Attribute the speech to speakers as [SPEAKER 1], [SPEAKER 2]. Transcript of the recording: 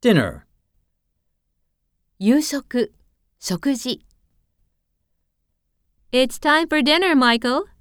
[SPEAKER 1] dinner,
[SPEAKER 2] 夕食、食事。It's time for dinner, Michael.